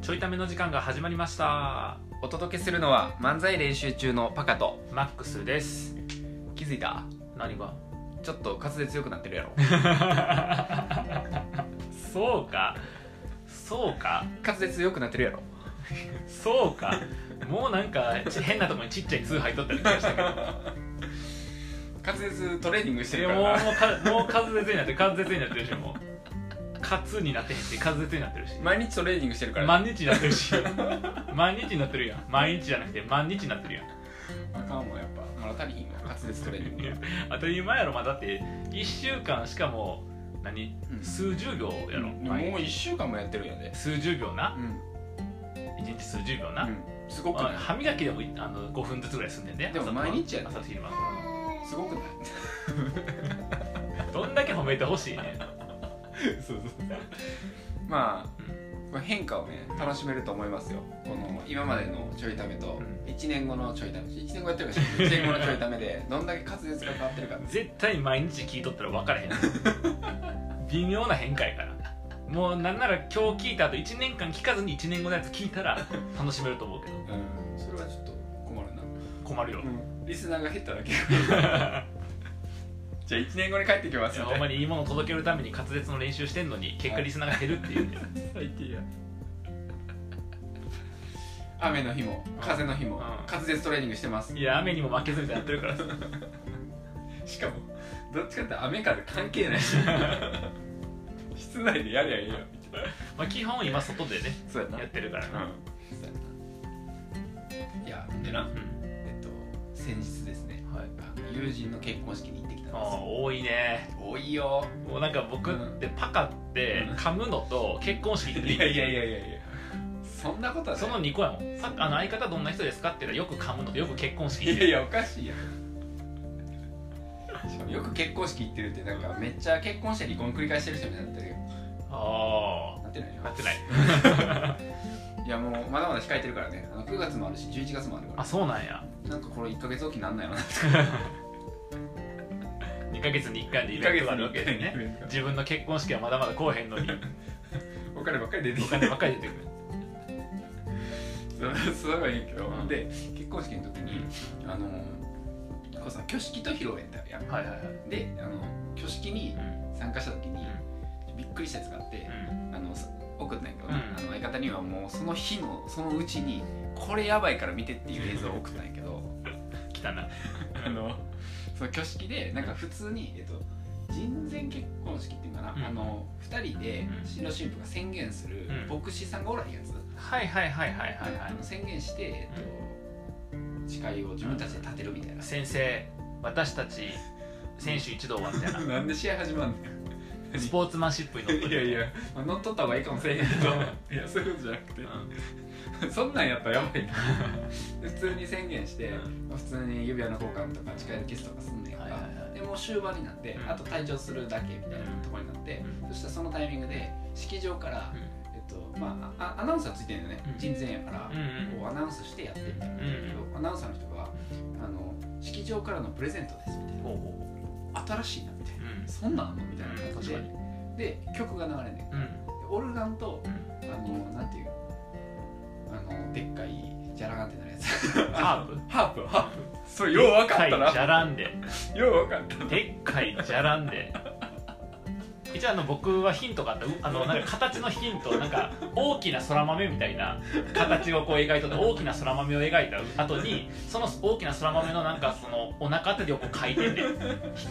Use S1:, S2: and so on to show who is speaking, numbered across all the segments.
S1: ちょいための時間が始まりました
S2: お届けするのは漫才練習中のパカと
S1: マックスです
S2: 気づいた
S1: 何が
S2: ちょっと滑舌強くなって るやろ
S1: そうかそうか
S2: 滑舌強くなってるやろ
S1: そうかもうなんかち変なとこにちっちゃい「通入っとったりとかしたけど
S2: 滑舌トレーニングして
S1: で
S2: る
S1: も
S2: か
S1: もう
S2: らな
S1: かもう滑舌になってる滑舌になってるしもうカツになってへんし滑舌になってるし
S2: 毎日トレーニングしてるからな、
S1: 毎日になってるし毎日になってるやん毎日じゃなくて毎日になってるやん
S2: あかんわやっぱまだ足りひんわ滑舌トレーニングが
S1: 当たり前やろまあだって1週間しかもう何
S2: うん
S1: 数十秒やろ、
S2: でももう1週間もやってるんやで
S1: 数十秒な
S2: う
S1: 1
S2: ん、
S1: 日数十秒
S2: う
S1: な、
S2: ん、すごく
S1: あ
S2: ない
S1: 歯磨きでもいあの5分ずつぐらいすんねんね
S2: でも
S1: 朝と晩
S2: 毎日やな
S1: 朝と昼間
S2: すごく ない
S1: どんだけ褒めてほしいねん
S2: そうそうまあ、これ変化をね楽しめると思いますよこの今までのちょいためと
S1: うん
S2: 1年後のちょいため1年後やってるかし1年後のちょいためでどんだけ滑舌が変わってるかって
S1: 絶対毎日聞いとったら分からへん 微妙な変化やからもうなんなら今日聞いた後1年間聞かずに1年後のやつ聞いたら楽しめると思うけど
S2: うんそれはちょっと困るな、
S1: 困るよ、
S2: リスナーが減っ ただけじゃあ1年後に帰ってきま
S1: い
S2: す
S1: や
S2: よ
S1: ほんまにいいものを届けるために滑舌の練習してんのに結果リスナーが減るっていうんです
S2: 最低や雨の日も風の日
S1: う
S2: も
S1: ん
S2: 滑舌トレーニングしてます
S1: いや雨にも負けずみたいになってるからさ
S2: しかもどっちかって雨風関係 ないし室内でやりゃいいよ
S1: まあ基本今外でね
S2: そうやな
S1: やってるからな、
S2: うんいやでな
S1: うん
S2: えっと先日ですね
S1: はい、
S2: あの友人の結婚式に行ってきたんです
S1: ああ
S2: よ
S1: 多いね
S2: 多いよ
S1: もうなんか僕ってパカって
S2: うん
S1: 噛むのと結婚式って
S2: いやいやいやいやいやそんなことはない
S1: その2個やもんさあの相方どんな人ですかって言ったらよく噛むのとよく結婚式
S2: いやいやおかしいやんしかもよく結婚式行ってるってなんかめっちゃ結婚して離婚繰り返してる人みたいになってるよ
S1: あ
S2: なってない
S1: あ
S2: よ
S1: なってない
S2: いやもうまだまだ控えてるからねあの9月もあるし11月もあるか
S1: あそうなんや
S2: らなんかこれ1か月おきなんないよな
S1: 2ヶ月に1回でイベントがあるわけでね自分の結婚式はまだまだこうへんのに
S2: お金ばっかり 出て
S1: お
S2: きた
S1: 金ばっかり出てくる
S2: すごいいいけど、
S1: うん
S2: で結婚式の時にあのこうさ挙式と披露宴ってあるやん
S1: はいはいはい
S2: であの挙式に
S1: うん
S2: 参加した時にびっくりしたやつがあって、あのさ送ったんやけど、
S1: うん
S2: あの相方にはもうその日のそのうちにこれやばいから見てっていう映像を送ったんやけど
S1: うん来たな
S2: あのその挙式でなんか普通に、えっと、人前結婚式っていうかな、
S1: うん
S2: あの2人で
S1: うん
S2: 新郎新婦が宣言する
S1: うん
S2: 牧師さんがおらへんやつ、
S1: はいはいはいはいはいは
S2: あ
S1: い
S2: の宣言して、えっと、誓いを自分たちで立てるみたいな、
S1: 先生私たち選手一同はみたいな
S2: なんで試合始まんね
S1: スポーツマンシップに乗っ
S2: ん
S1: 取
S2: いや
S1: る
S2: いや、 まあ、乗っ取った方がいいかもしれへんけどいやそういうことじゃなくてそんなんやったらやばいな普通に宣言して、
S1: う
S2: 普通に指輪の交換とか誓いのキスとかすんねんか、
S1: はいはいはい
S2: でもう終盤になって、
S1: うん
S2: あと退場するだけみたいなところになって、
S1: うん
S2: そしたらそのタイミングで式場から、
S1: う
S2: えっとまあ、あアナウンサーついてるよね、
S1: うん
S2: 人前やから、
S1: んうんうん
S2: こうアナウンスしてやってみたいなだけど、アナウンサーの人があの「式場からのプレゼントです」みたい
S1: ほうほ
S2: な「新しいな」みたいうな
S1: うん
S2: 「そんなんあんの?」みたいな
S1: うん
S2: 感じ
S1: 確か
S2: で、
S1: に
S2: で曲が流れんねん
S1: うん
S2: でオルガンと
S1: うん
S2: あのなんていうあのでっかいじゃらーんってなるやつ
S1: ハープ
S2: ハープハープそれよう分かった
S1: でかいじゃ
S2: な
S1: らんで
S2: よう分かったな
S1: でっかいじゃらんで一応あの僕はヒントがあったうあのなんか形のヒントなんか大きな空豆みたいな形をこう描いとって大きな空豆を描いた後にその大きな空豆のなんかそのお腹あたりをこう回転で引っ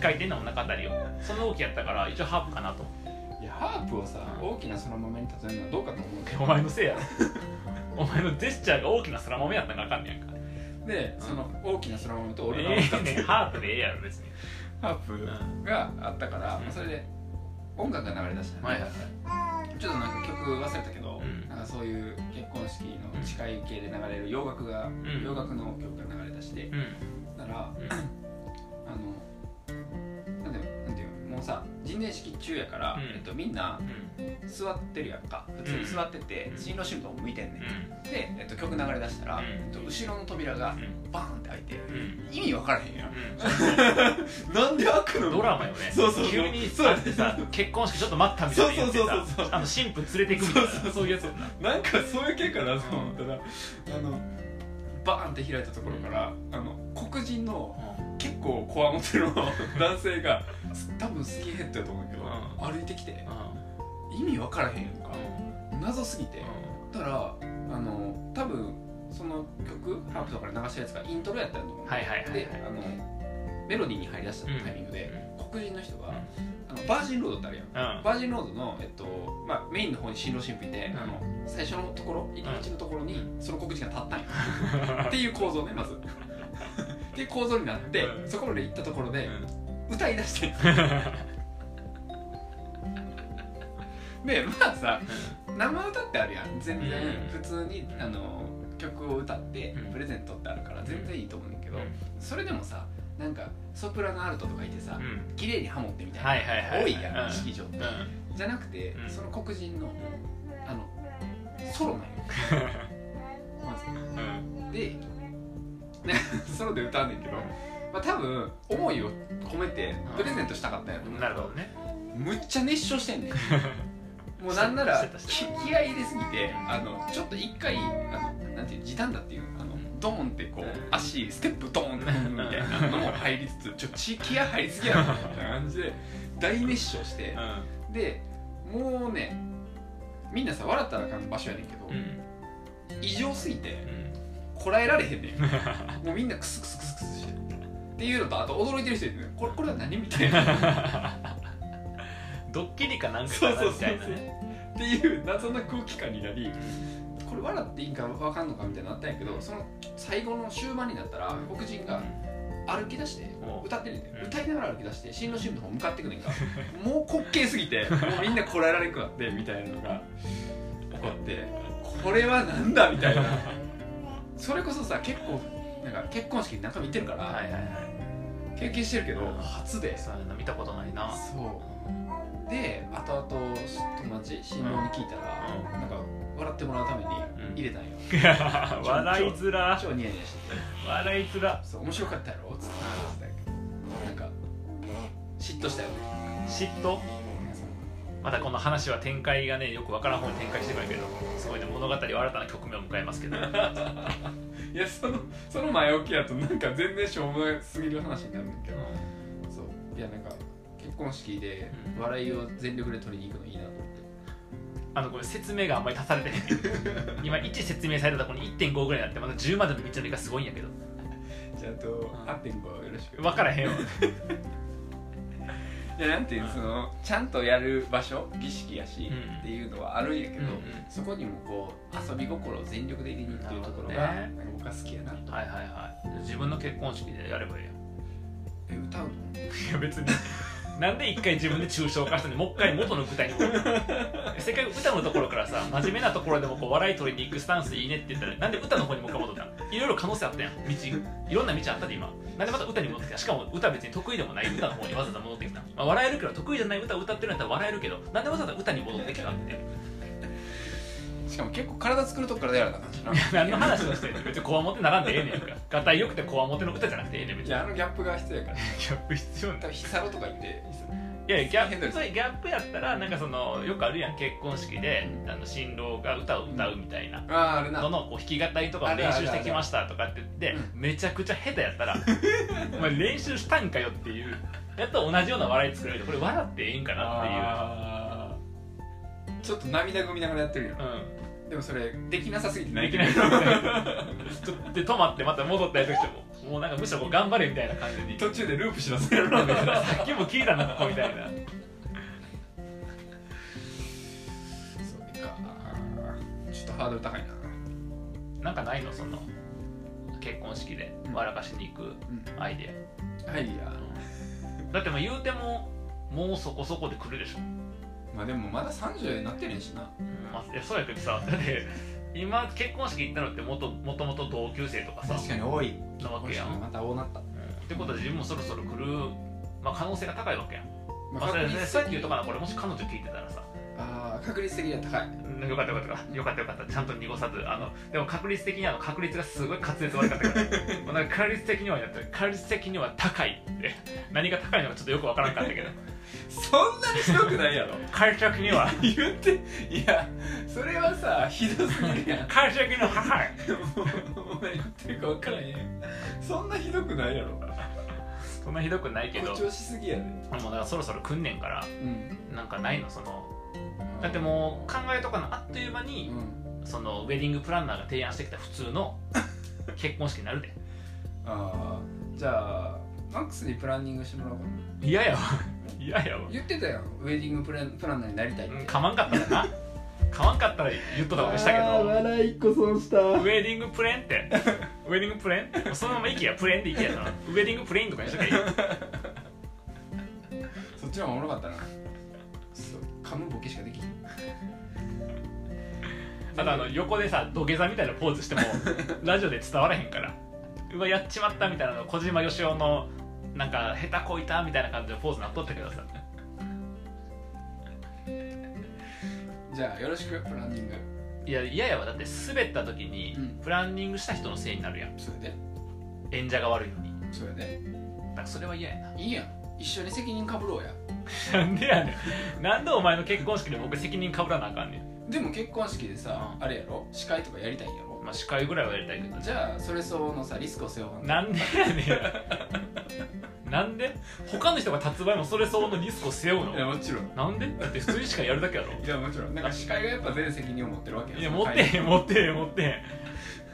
S1: 回転のお腹あたりをその動きやったから一応ハープかなと思っ
S2: いやハープをさ大きなその豆に例えるのはどうかと思うけ
S1: て
S2: ど
S1: お前のせいやろお前のジェスチャーが大きな空豆やったんからあかんねやんか
S2: でその大きなその豆とオルガンを
S1: え
S2: 使っ
S1: えね
S2: て
S1: んハープでええやろ別に
S2: ハープがあったから
S1: うん
S2: それで音楽が流れ出したのねちょっとなんか曲忘れたけど、
S1: うん
S2: なんかそういう結婚式の誓い系で流れる洋楽が、
S1: ん
S2: 洋楽の曲が流れ出して
S1: うん
S2: だからあのなんていうのなんていうののさ人前式中やから、
S1: うん
S2: えっと、みんな
S1: うん
S2: 座ってるやんか普通に座ってて、
S1: うん
S2: 進路シフトを向いてんねん、で、えっと、曲流れ出したら、
S1: うん
S2: えっと、後ろの扉がバーンって開いて、
S1: うんうん
S2: 意味分からへんやん
S1: うん
S2: なんで開くの
S1: ドラマよね
S2: そうそうそう
S1: 急に
S2: そう
S1: だってさ結婚式ちょっと待ったみたいな言ってさ
S2: そうそうそうそう
S1: あの新婦連れてくみたいな
S2: そうそうそう
S1: そういうやつやんな
S2: なんかそういう系かなと思ったら、あのバーンって開いたところから、あの黒人の結構こわ もての男性が多分スキンヘッドやと思うけど、
S1: う
S2: 歩いてきて
S1: うん
S2: 意味分からへんやんか謎すぎて、だからあの多分その曲ハープとかで流したやつがイントロやったんやと思う、
S1: はいはいはい
S2: であのメロディーに入り出したタイミングで、黒人の人が、あのバージンロードってあるや
S1: う
S2: ん
S1: ん
S2: バージンロードの、えっとまあ、メインの方に新郎新婦いて、
S1: うん
S2: あの最初のところ入り口のところにその黒人が立ったんや、っていう構造ねまずっていう構造になって、
S1: うん
S2: そこまで行ったところで、歌い出してんでまあさ生歌ってあるやん全然
S1: うん
S2: 普通に、あの曲を歌って
S1: うん
S2: プレゼントってあるから全然いいと思うんだけど、
S1: うん
S2: それでもさなんかソプラノアルトとかいてさ、
S1: うん
S2: 綺麗にハモってみたいな、
S1: はいはいはい
S2: 多いやん、
S1: うん
S2: 式場って、
S1: うん
S2: じゃなくて、
S1: うん
S2: その黒人のあのソロなん よま
S1: うん
S2: ずで ソロで歌うねんけど、まあ、多分思いを込めてプレゼントしたかったんやと思う
S1: なるほどね
S2: むっちゃ熱唱してんねん もうなんなら
S1: してたして
S2: き気合い入れすぎてあのちょっと一回あのなんていう時短だっていうのあのドーンってこう
S1: うん
S2: 足ステップドーンって踏むみたいなのも入 りつつちょっとち気合入りすぎやろみたいな感じで大熱唱してでもうねみんなさ笑ったらあかん場所やねんけど、
S1: うんうん
S2: 異常すぎて
S1: うん
S2: こらえられへん ねんもうみんなクスクスクスクスしてっていうのとあと驚いてる人いるねこれこれは何みたいなっ
S1: ドッキリかなんかかなみたいな
S2: そうそうそう
S1: ね
S2: ていう謎な空気感になりこれ笑っていいんか分かんのかみたいになったんやけどその最後の終盤になったら黒人が歩き出して
S1: お
S2: 歌ってるねんて
S1: うん
S2: 歌いながら歩き出して新郎新婦の方向かってくねんか もう滑稽すぎてもうみんなこらえられんくなってみたいなのが起こってこれはなんだみたいなそれこそさ結構なんか結婚式に中身行ってるから、
S1: はいはいはい
S2: 経験してるけど
S1: うん
S2: 初で
S1: そういうの見たことないな
S2: そうで後々友達新郎に聞いたら、
S1: うん
S2: なんか笑ってもらうために
S1: うん
S2: 入れたんよ、
S1: 笑いづら
S2: 超ニヤニヤしてて
S1: 笑いづら
S2: そう面白かったやろっつって言ってたんやけどなんか嫉妬したよね
S1: 嫉妬またこの話は展開がねよくわからん方に展開してくるけどすごいね物語は新たな局面を迎えますけど
S2: いやそのその前置きやとなんか全然しょうもないすぎる話になるんだけどそういやなんか結婚式で
S1: うん
S2: 笑いを全力で取りに行くのいいなと思って
S1: あのこれ説明があんまり足されて へんけど今1説明されたところに1.5ぐらいになってまだ10までの道のりがすごいんやけど
S2: じゃああと8.5よろしく
S1: 分からへんわ
S2: いやなんていう
S1: うん
S2: そのちゃんとやる場所儀式やし、
S1: うん
S2: っていうのはあるんやけど、
S1: うんうん
S2: そこにもこう遊び心を全力で入れに行くっていうところが、
S1: なるほどね
S2: なんか僕は好きやなと
S1: はいはいはい自分の結婚式でやればいいやん
S2: え歌うの
S1: いや別になんで一回自分で抽象化したのに もう一回元の具体に戻るせっかく歌のところからさ真面目なところでもこう笑い取りに行くスタンスいいねって言ったらなんで歌の方にもう一回戻ったのいろいろ可能性あったやん道いろんな道あったで今なんでまた歌に戻ってきたしかも歌別に得意でもない歌の方にわざわざ戻ってきた、まあ、笑えるけど得意じゃない歌を歌ってるんだったら笑えるけどなんでわざわざ歌に戻ってきたって
S2: しかも結構体作るとこからやらなあかんしな
S1: 何の話をしてんの別にこわもてならんでええねんかがたいよくてこわもての歌じゃなくてええねん別に
S2: いやあのギャップが必要やから
S1: ギャップ必要な
S2: 多分ヒサロとか行って
S1: いやいやギャ
S2: 変な
S1: ップ
S2: やつ
S1: そういうギャップやったらなんかそのよくあるやん結婚式であの新郎が歌を歌うみたいな
S2: あああれな
S1: どのこう弾き語りとかを練習してきましたとかって言ってめちゃくちゃ下手やった らお前練習したんかよっていうやっと同じような笑い作れるこれ笑ってええんかなっ
S2: あーちょっと涙ぐみながらやってるや
S1: ていううん
S2: んでもそれできなさすぎて
S1: できないちょっとで止まってまた戻ったりとかしてももうなんかむしろこう頑張れみた いな 感じに
S2: 途中でループしなさいやろみたいな
S1: さっきも聞いたなここみたいな
S2: それかちょっとハードル高いな
S1: なんかないのその結婚式で笑かしに行くアイデア
S2: はいや
S1: だってもう言うてももうそこそこで来るでしょ、
S2: まあでもまだ30になってるんしな
S1: まあ、いやそうやけどさだって今結婚式行ったのってもともともと同級生とかさ
S2: 確かに多い
S1: なわけやん、
S2: また多なった
S1: うんってことは自分もそろそろ来る、まあ、可能性が高いわけやんまあ、それはねさっき言うとか
S2: あ
S1: なこれもし彼女聞いてたらさ
S2: あー確率的には高い
S1: うんよかったよかったよかったよかったちゃんと濁さずあのでも確率的にあの確率がすごい滑舌悪かったから もうなんか確率的にはやった確率的には高いって何が高いのかちょっとよくわからんかった けど
S2: そんなにひどくないやろ
S1: 解釈に は
S2: 言っていやそれはさひどすぎるやん
S1: 解釈には高い
S2: もうお前言ってるか分からへんやんそんなひどくないやろ
S1: そんなひどくないけど
S2: 誇張しすぎやで、
S1: もうだからそろそろ来んねんから
S2: うん、
S1: なんかないのそのだってもう考えとかのあっという間
S2: う
S1: に、
S2: ん、
S1: そのウェディングプランナーが提案してきた普通 の結婚式になるで
S2: ああじゃあマックスにプランニングしてもらおうかな
S1: 嫌やわ嫌やわ
S2: 言ってたやんウェディングプランプランナーになりたいって
S1: うんかまんかったらなかまんかったら言っとったことしたけ
S2: あー
S1: ど
S2: 笑い一個損した
S1: ウェディングプレーンってウェディングプレーンそのまま息やプレーンで息やったなウェディングプレーンとかにしとけばいい
S2: そっちの方がおもろかったなそう噛むボケしかできひん
S1: あとあの横でさ土下座みたいなポーズ してもラジオで伝わらへんからうわやっちまったみたいなの小島よしおのなんか下手こいたみたいな感じのポーズなっとったけどさ
S2: じゃあよろしくプランニング
S1: いや嫌やわだって滑った時に
S2: うん
S1: プランニングした人のせいになるやん
S2: それで
S1: 演者が悪いのに
S2: それで
S1: だからそれは嫌や
S2: いいやん一緒に責任かぶろうや
S1: ななんでやねんなんでお前の結婚式で僕責任かぶらなあかんねん、
S2: でも結婚式でさ、
S1: うん
S2: あれやろ司会とかやりたいんやろ
S1: まあ、司会ぐらいはやりたいけど
S2: じゃあそれ相応のさリスクを背負わん
S1: なんでやねん なんで他の人が立つ場合もそれ相応のリスクを背負うの
S2: もちろん
S1: なんでだって普通にしかやるだけやろ
S2: いやもちろんなんか司会がやっぱ全責任を持ってるわけよ
S1: いや
S2: そ
S1: 持
S2: の
S1: っ
S2: 会
S1: てへん持ってへん持ってへん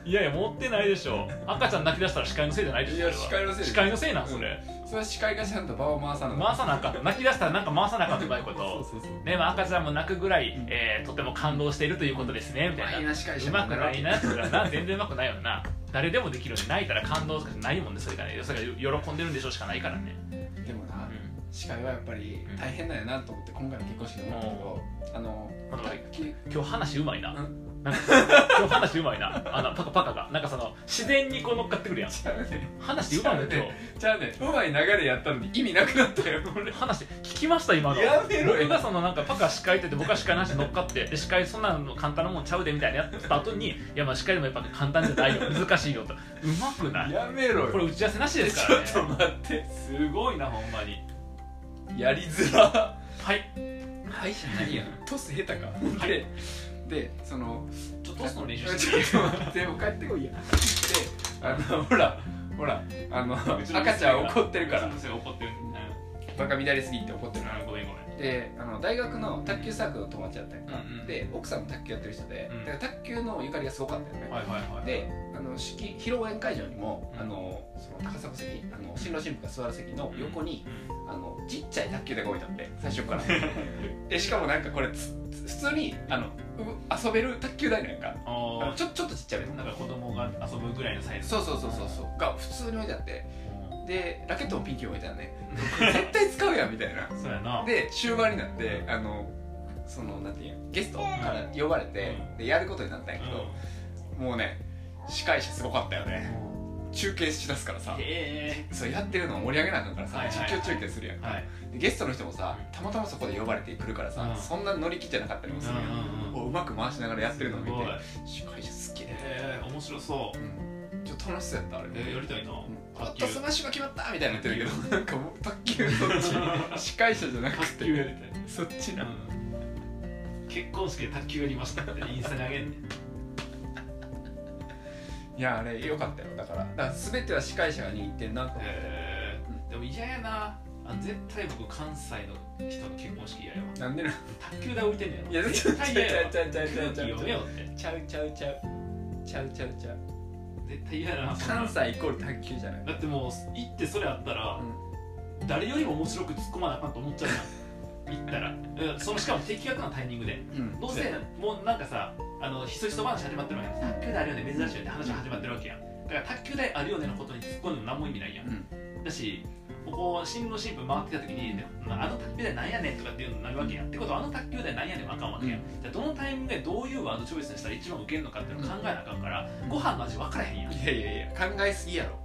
S1: いやいや持ってないでしょ赤ちゃん泣き出したら司会のせいじゃないでしょ
S2: いや
S1: それは
S2: 司会のせいです
S1: 司会のせいなんそれ、
S2: それは司会がちゃんと場を回さな
S1: 回さなあかん泣き出したらなんか回さなあかんってうまいこ
S2: そ
S1: と
S2: うそうそう
S1: ねまあ、赤ちゃんも泣くぐらい、
S2: うん
S1: えーとても感動しているということですねみた
S2: マ
S1: い
S2: イ
S1: な
S2: ナ司会者
S1: うまくないなそれはな全然うまくないよな誰でもできるのに泣いたら感動しかないもんねそれがねそれが喜んでるんでしょうしかないからね、
S2: でもな、
S1: う
S2: 司会はやっぱり大変だよなと思って今回の結婚式で思ったけどあの
S1: ん、あの
S2: き
S1: 今日話うまいな
S2: う
S1: なんか今日話うまいなあのパカパカがなんかその自然にこう乗っかってくるやん
S2: ちゃうね
S1: 話うまいな今日
S2: ちゃうねうまい流れやったのに意味なくなったよ俺
S1: 話聞きました今の
S2: やめろ
S1: 僕
S2: よ
S1: がそのなんかパカ司会って言って僕は司会なしに乗っかってで司会そんなの簡単なもんちゃうでみたいなやってた後にいやまあ司会でもやっぱ簡単じゃないよ難しいよとうまくない
S2: やめろよ
S1: これ打ち合わせなしですからね
S2: ちょっと待って
S1: すごいなほんまに
S2: やりづら
S1: はい
S2: はいじゃないやんトス下手か
S1: はい
S2: ででその
S1: ちょっとトスの練習して
S2: ちょっと待ってもう帰ってこいやであのほらほらあの赤ちゃん怒ってるから
S1: 怒ってる
S2: バカ乱れすぎって怒ってるから
S1: ごめんごめん
S2: であの大学の卓球サークルの友達だったりとか、
S1: うんうん
S2: で奥さんも卓球やってる人で、
S1: うん
S2: だから卓球のゆかりがすごかったよね、
S1: はいはいはい
S2: であの式披露宴会場にも、
S1: うん
S2: あのその高砂席あの新郎新婦が座る席の横に、あのちっちゃい卓球台が置いてあって最初から でしかもなんかこれつつ普通にあのう遊べる卓球台なんかあの
S1: あ
S2: ちょちょっとちっちゃめの
S1: あなんか子供が遊ぶぐらいのサイズ
S2: そうそうそうそうそうが普通に置いてあってでラケットもピンキー置いてあるね絶対使うやんみたいな
S1: そうやな
S2: で終盤になってあのそのなんていうんゲストから呼ばれて、
S1: うん
S2: でやることになったん
S1: う
S2: や
S1: ん
S2: けど、もうね司会者すごかったよね中継しだすからさ
S1: へ
S2: そうやってるのを盛り上げなあかんからさ、
S1: はいはいはい
S2: 実況中継するやん
S1: え
S2: か、
S1: はい
S2: でゲストの人もさ
S1: うん
S2: たまたまそこで呼ばれてくるからさ、
S1: うん
S2: そんな乗り気じゃなかったりもするやん、
S1: うんうんうん
S2: こううまく回しながらやってるのを見て
S1: すごい
S2: 司会者すっげえ、
S1: えー、面白そう。
S2: うん、ちょっと楽しそうやったあれ、
S1: えー、やりたいな。
S2: パッとスマッシュが決まったみたいになってるけどなんかもう卓球そっち司会者じゃなく
S1: 卓球や
S2: て
S1: りたい。
S2: そっちな
S1: 結婚式で卓球やりましたってインスタにあげんねん。
S2: いやあれ良かったよだからだから全ては司会者が握ってんなと思って、
S1: えー、でも嫌やな。あ絶対僕関西の人の結婚式嫌やわ。
S2: なんでな
S1: 卓球台置いてんね
S2: い
S1: や
S2: や
S1: ろ。
S2: ち
S1: 絶
S2: ゃうちゃ
S1: 対
S2: う
S1: 嫌やわ。
S2: ちゃうちゃうちゃうちゃうち
S1: 空気読めよって。
S2: ゃうちゃうちゃうちゃうちゃうちゃうちゃう
S1: 絶対嫌やな。そんな
S2: 関西イコール卓球じゃない、
S1: だってもう行ってそれあったら、誰よりも面白く突っ込まなあかんと思っちゃうな。行った ら、うんそのしかも的確なタイミングで。
S2: うん
S1: どうせもうなんかさあのひそひそ話始まってるわけやん卓球台あるよね珍しいよね話が始まってるわけやんだから卓球台あるよねのことに突っ込んでも何も意味ないやん
S2: うん
S1: だしここ新郎新婦回ってきた時にであの卓球台なんやねんとかっていうのになるわけやんってことはあの卓球台なんやねんはあかんわけやん、
S2: う
S1: じゃあどのタイミングでどういうワードチョイスにしたら一番ウケるのかっていうのを考えなあかんから、
S2: うん
S1: ご飯の味分からへんやん考
S2: いやいやいや考えすぎやろ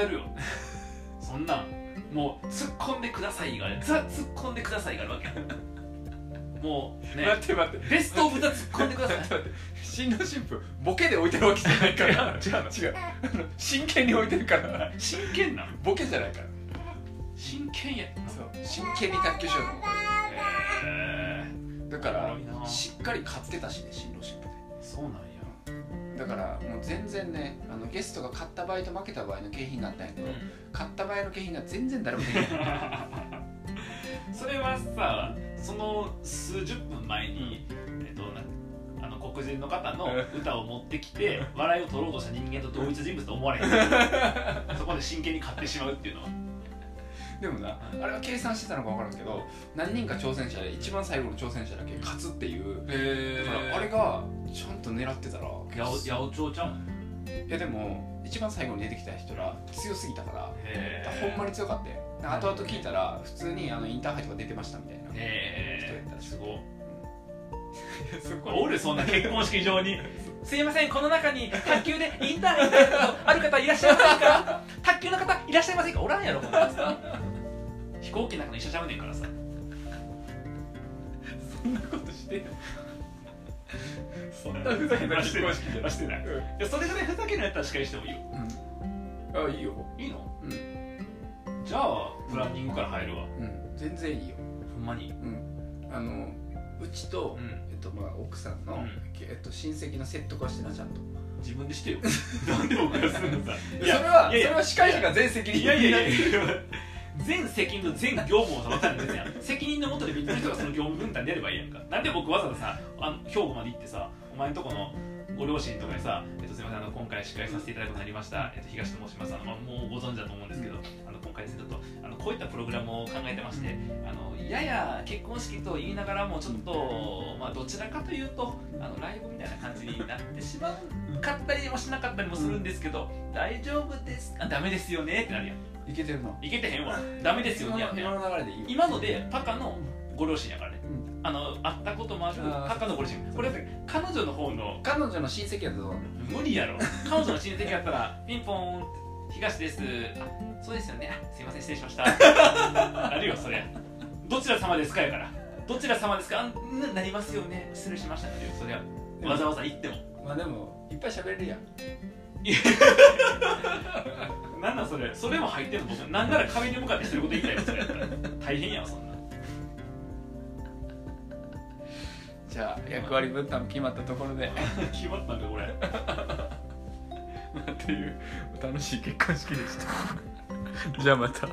S1: えるよ そんなんもう突っ込んでくださいがあるザ突っ込んでくださいがあるわけもうね
S2: 待って待って
S1: ベストオブザ突っ込んでください
S2: 待って待って新郎新婦ボケで置いてるわけじゃないから
S1: 違うの
S2: 違うあの真剣に置いてるから
S1: 真剣なの
S2: ボケじゃないから
S1: 真剣や
S2: そう真剣に卓球しようと思っ
S1: へえ
S2: てだか
S3: おもろいな
S2: らしっかり勝ってたしね新郎新婦
S3: そうなんや
S2: でだからもう全然ねあのゲストが勝った場合と負けた場合の景品があったんやけど、勝った場合の景品が全然誰もできない
S1: それはさその数十分前に、えっと、なんかあの黒人の方の歌を持ってきて笑いを取ろうとした人間と同一人物と思われへん そこで真剣に買ってしまうっていうのは
S2: でもなあれは計算してたのか分からんけど何人か挑戦者で一番最後の挑戦者だけ勝つっていうだ
S1: へ
S2: からあれがちゃんと狙ってたら
S1: 八百八百長ちゃうん
S2: いやでも一番最後に出てきた人ら強すぎたから
S1: へ
S2: ほんまに強かったよなんか後々聞いたら普通にあのインターハイとか出てましたみたいな人や
S1: え
S2: ったらしい
S1: すごい
S2: そ
S1: おるそんな結婚式場に すいませんこの中に卓球でインターハイにある方いらっしゃいません か卓球の方いらっしゃいませんかおらんやろこんなさ飛行機の中の医者ちゃうねんからさ
S2: そんなことしてないそんなふざけた結婚式じゃ
S1: はしてない
S2: うん
S1: いやそれぐらいふざけるんやったら司会してもいいよ
S2: うんあいいよ
S1: いいの
S2: う
S1: じゃあプランニングから入るわ
S2: うん全然いいよ
S1: ほんまに
S2: うんあのうちと、
S1: ん
S2: えっとまあ、奥さんの、
S1: うん
S2: えっと、親戚の説得はしてなちゃんと
S1: 自分で してよなんで僕がするのさ
S2: それはい
S1: やいや
S2: それは司会者が全責任
S1: いやいやいやいや 全責任と全業務を分かるんですやん責任のもとで別の人がその業務分担でやればいいやんかなんで僕わざわざさあの兵庫まで行ってさお前んとこのご両親とかにさ、えっと、すみませんあの今回司会させていただくことになりました、えっと、東と申しますあの、まあ、もうご存知だと思うんですけど、あの今回ですねちょっとあのこういったプログラムを考えてましてあのやや結婚式と言いながらもちょっと、まあ、どちらかというとあのライブみたいな感じになってしまうかったりもしなかったりもするんですけど大丈夫ですかダメですよねってなるやん
S2: いけてるない
S1: けてへんわダメですよ
S2: 今
S1: ね
S2: の今の流れでいいよ
S1: 今のでパカのご両親やからね、あの会ったこともある
S2: あー
S1: パカのご両親これだって彼女の方の
S2: 彼女の親戚やったらどうなの
S1: 無理やろ彼女の親戚やったらピンポーン東ですあそうですよねあすいません失礼しましたあるよそれどちら様ですかやからどちら様ですかあななりますよね失礼しましたっていうそれはわざわざ言っても
S2: まあでもいっぱい喋れるやん
S1: なんなんそれそれも入ってんの僕なんなら壁に向かってすること言いたいよそれやったら大変やわそんな
S2: じゃあ役割分担も決まったところで
S1: 決まったんだこれ
S2: っていう楽しい結婚式でした じゃあまた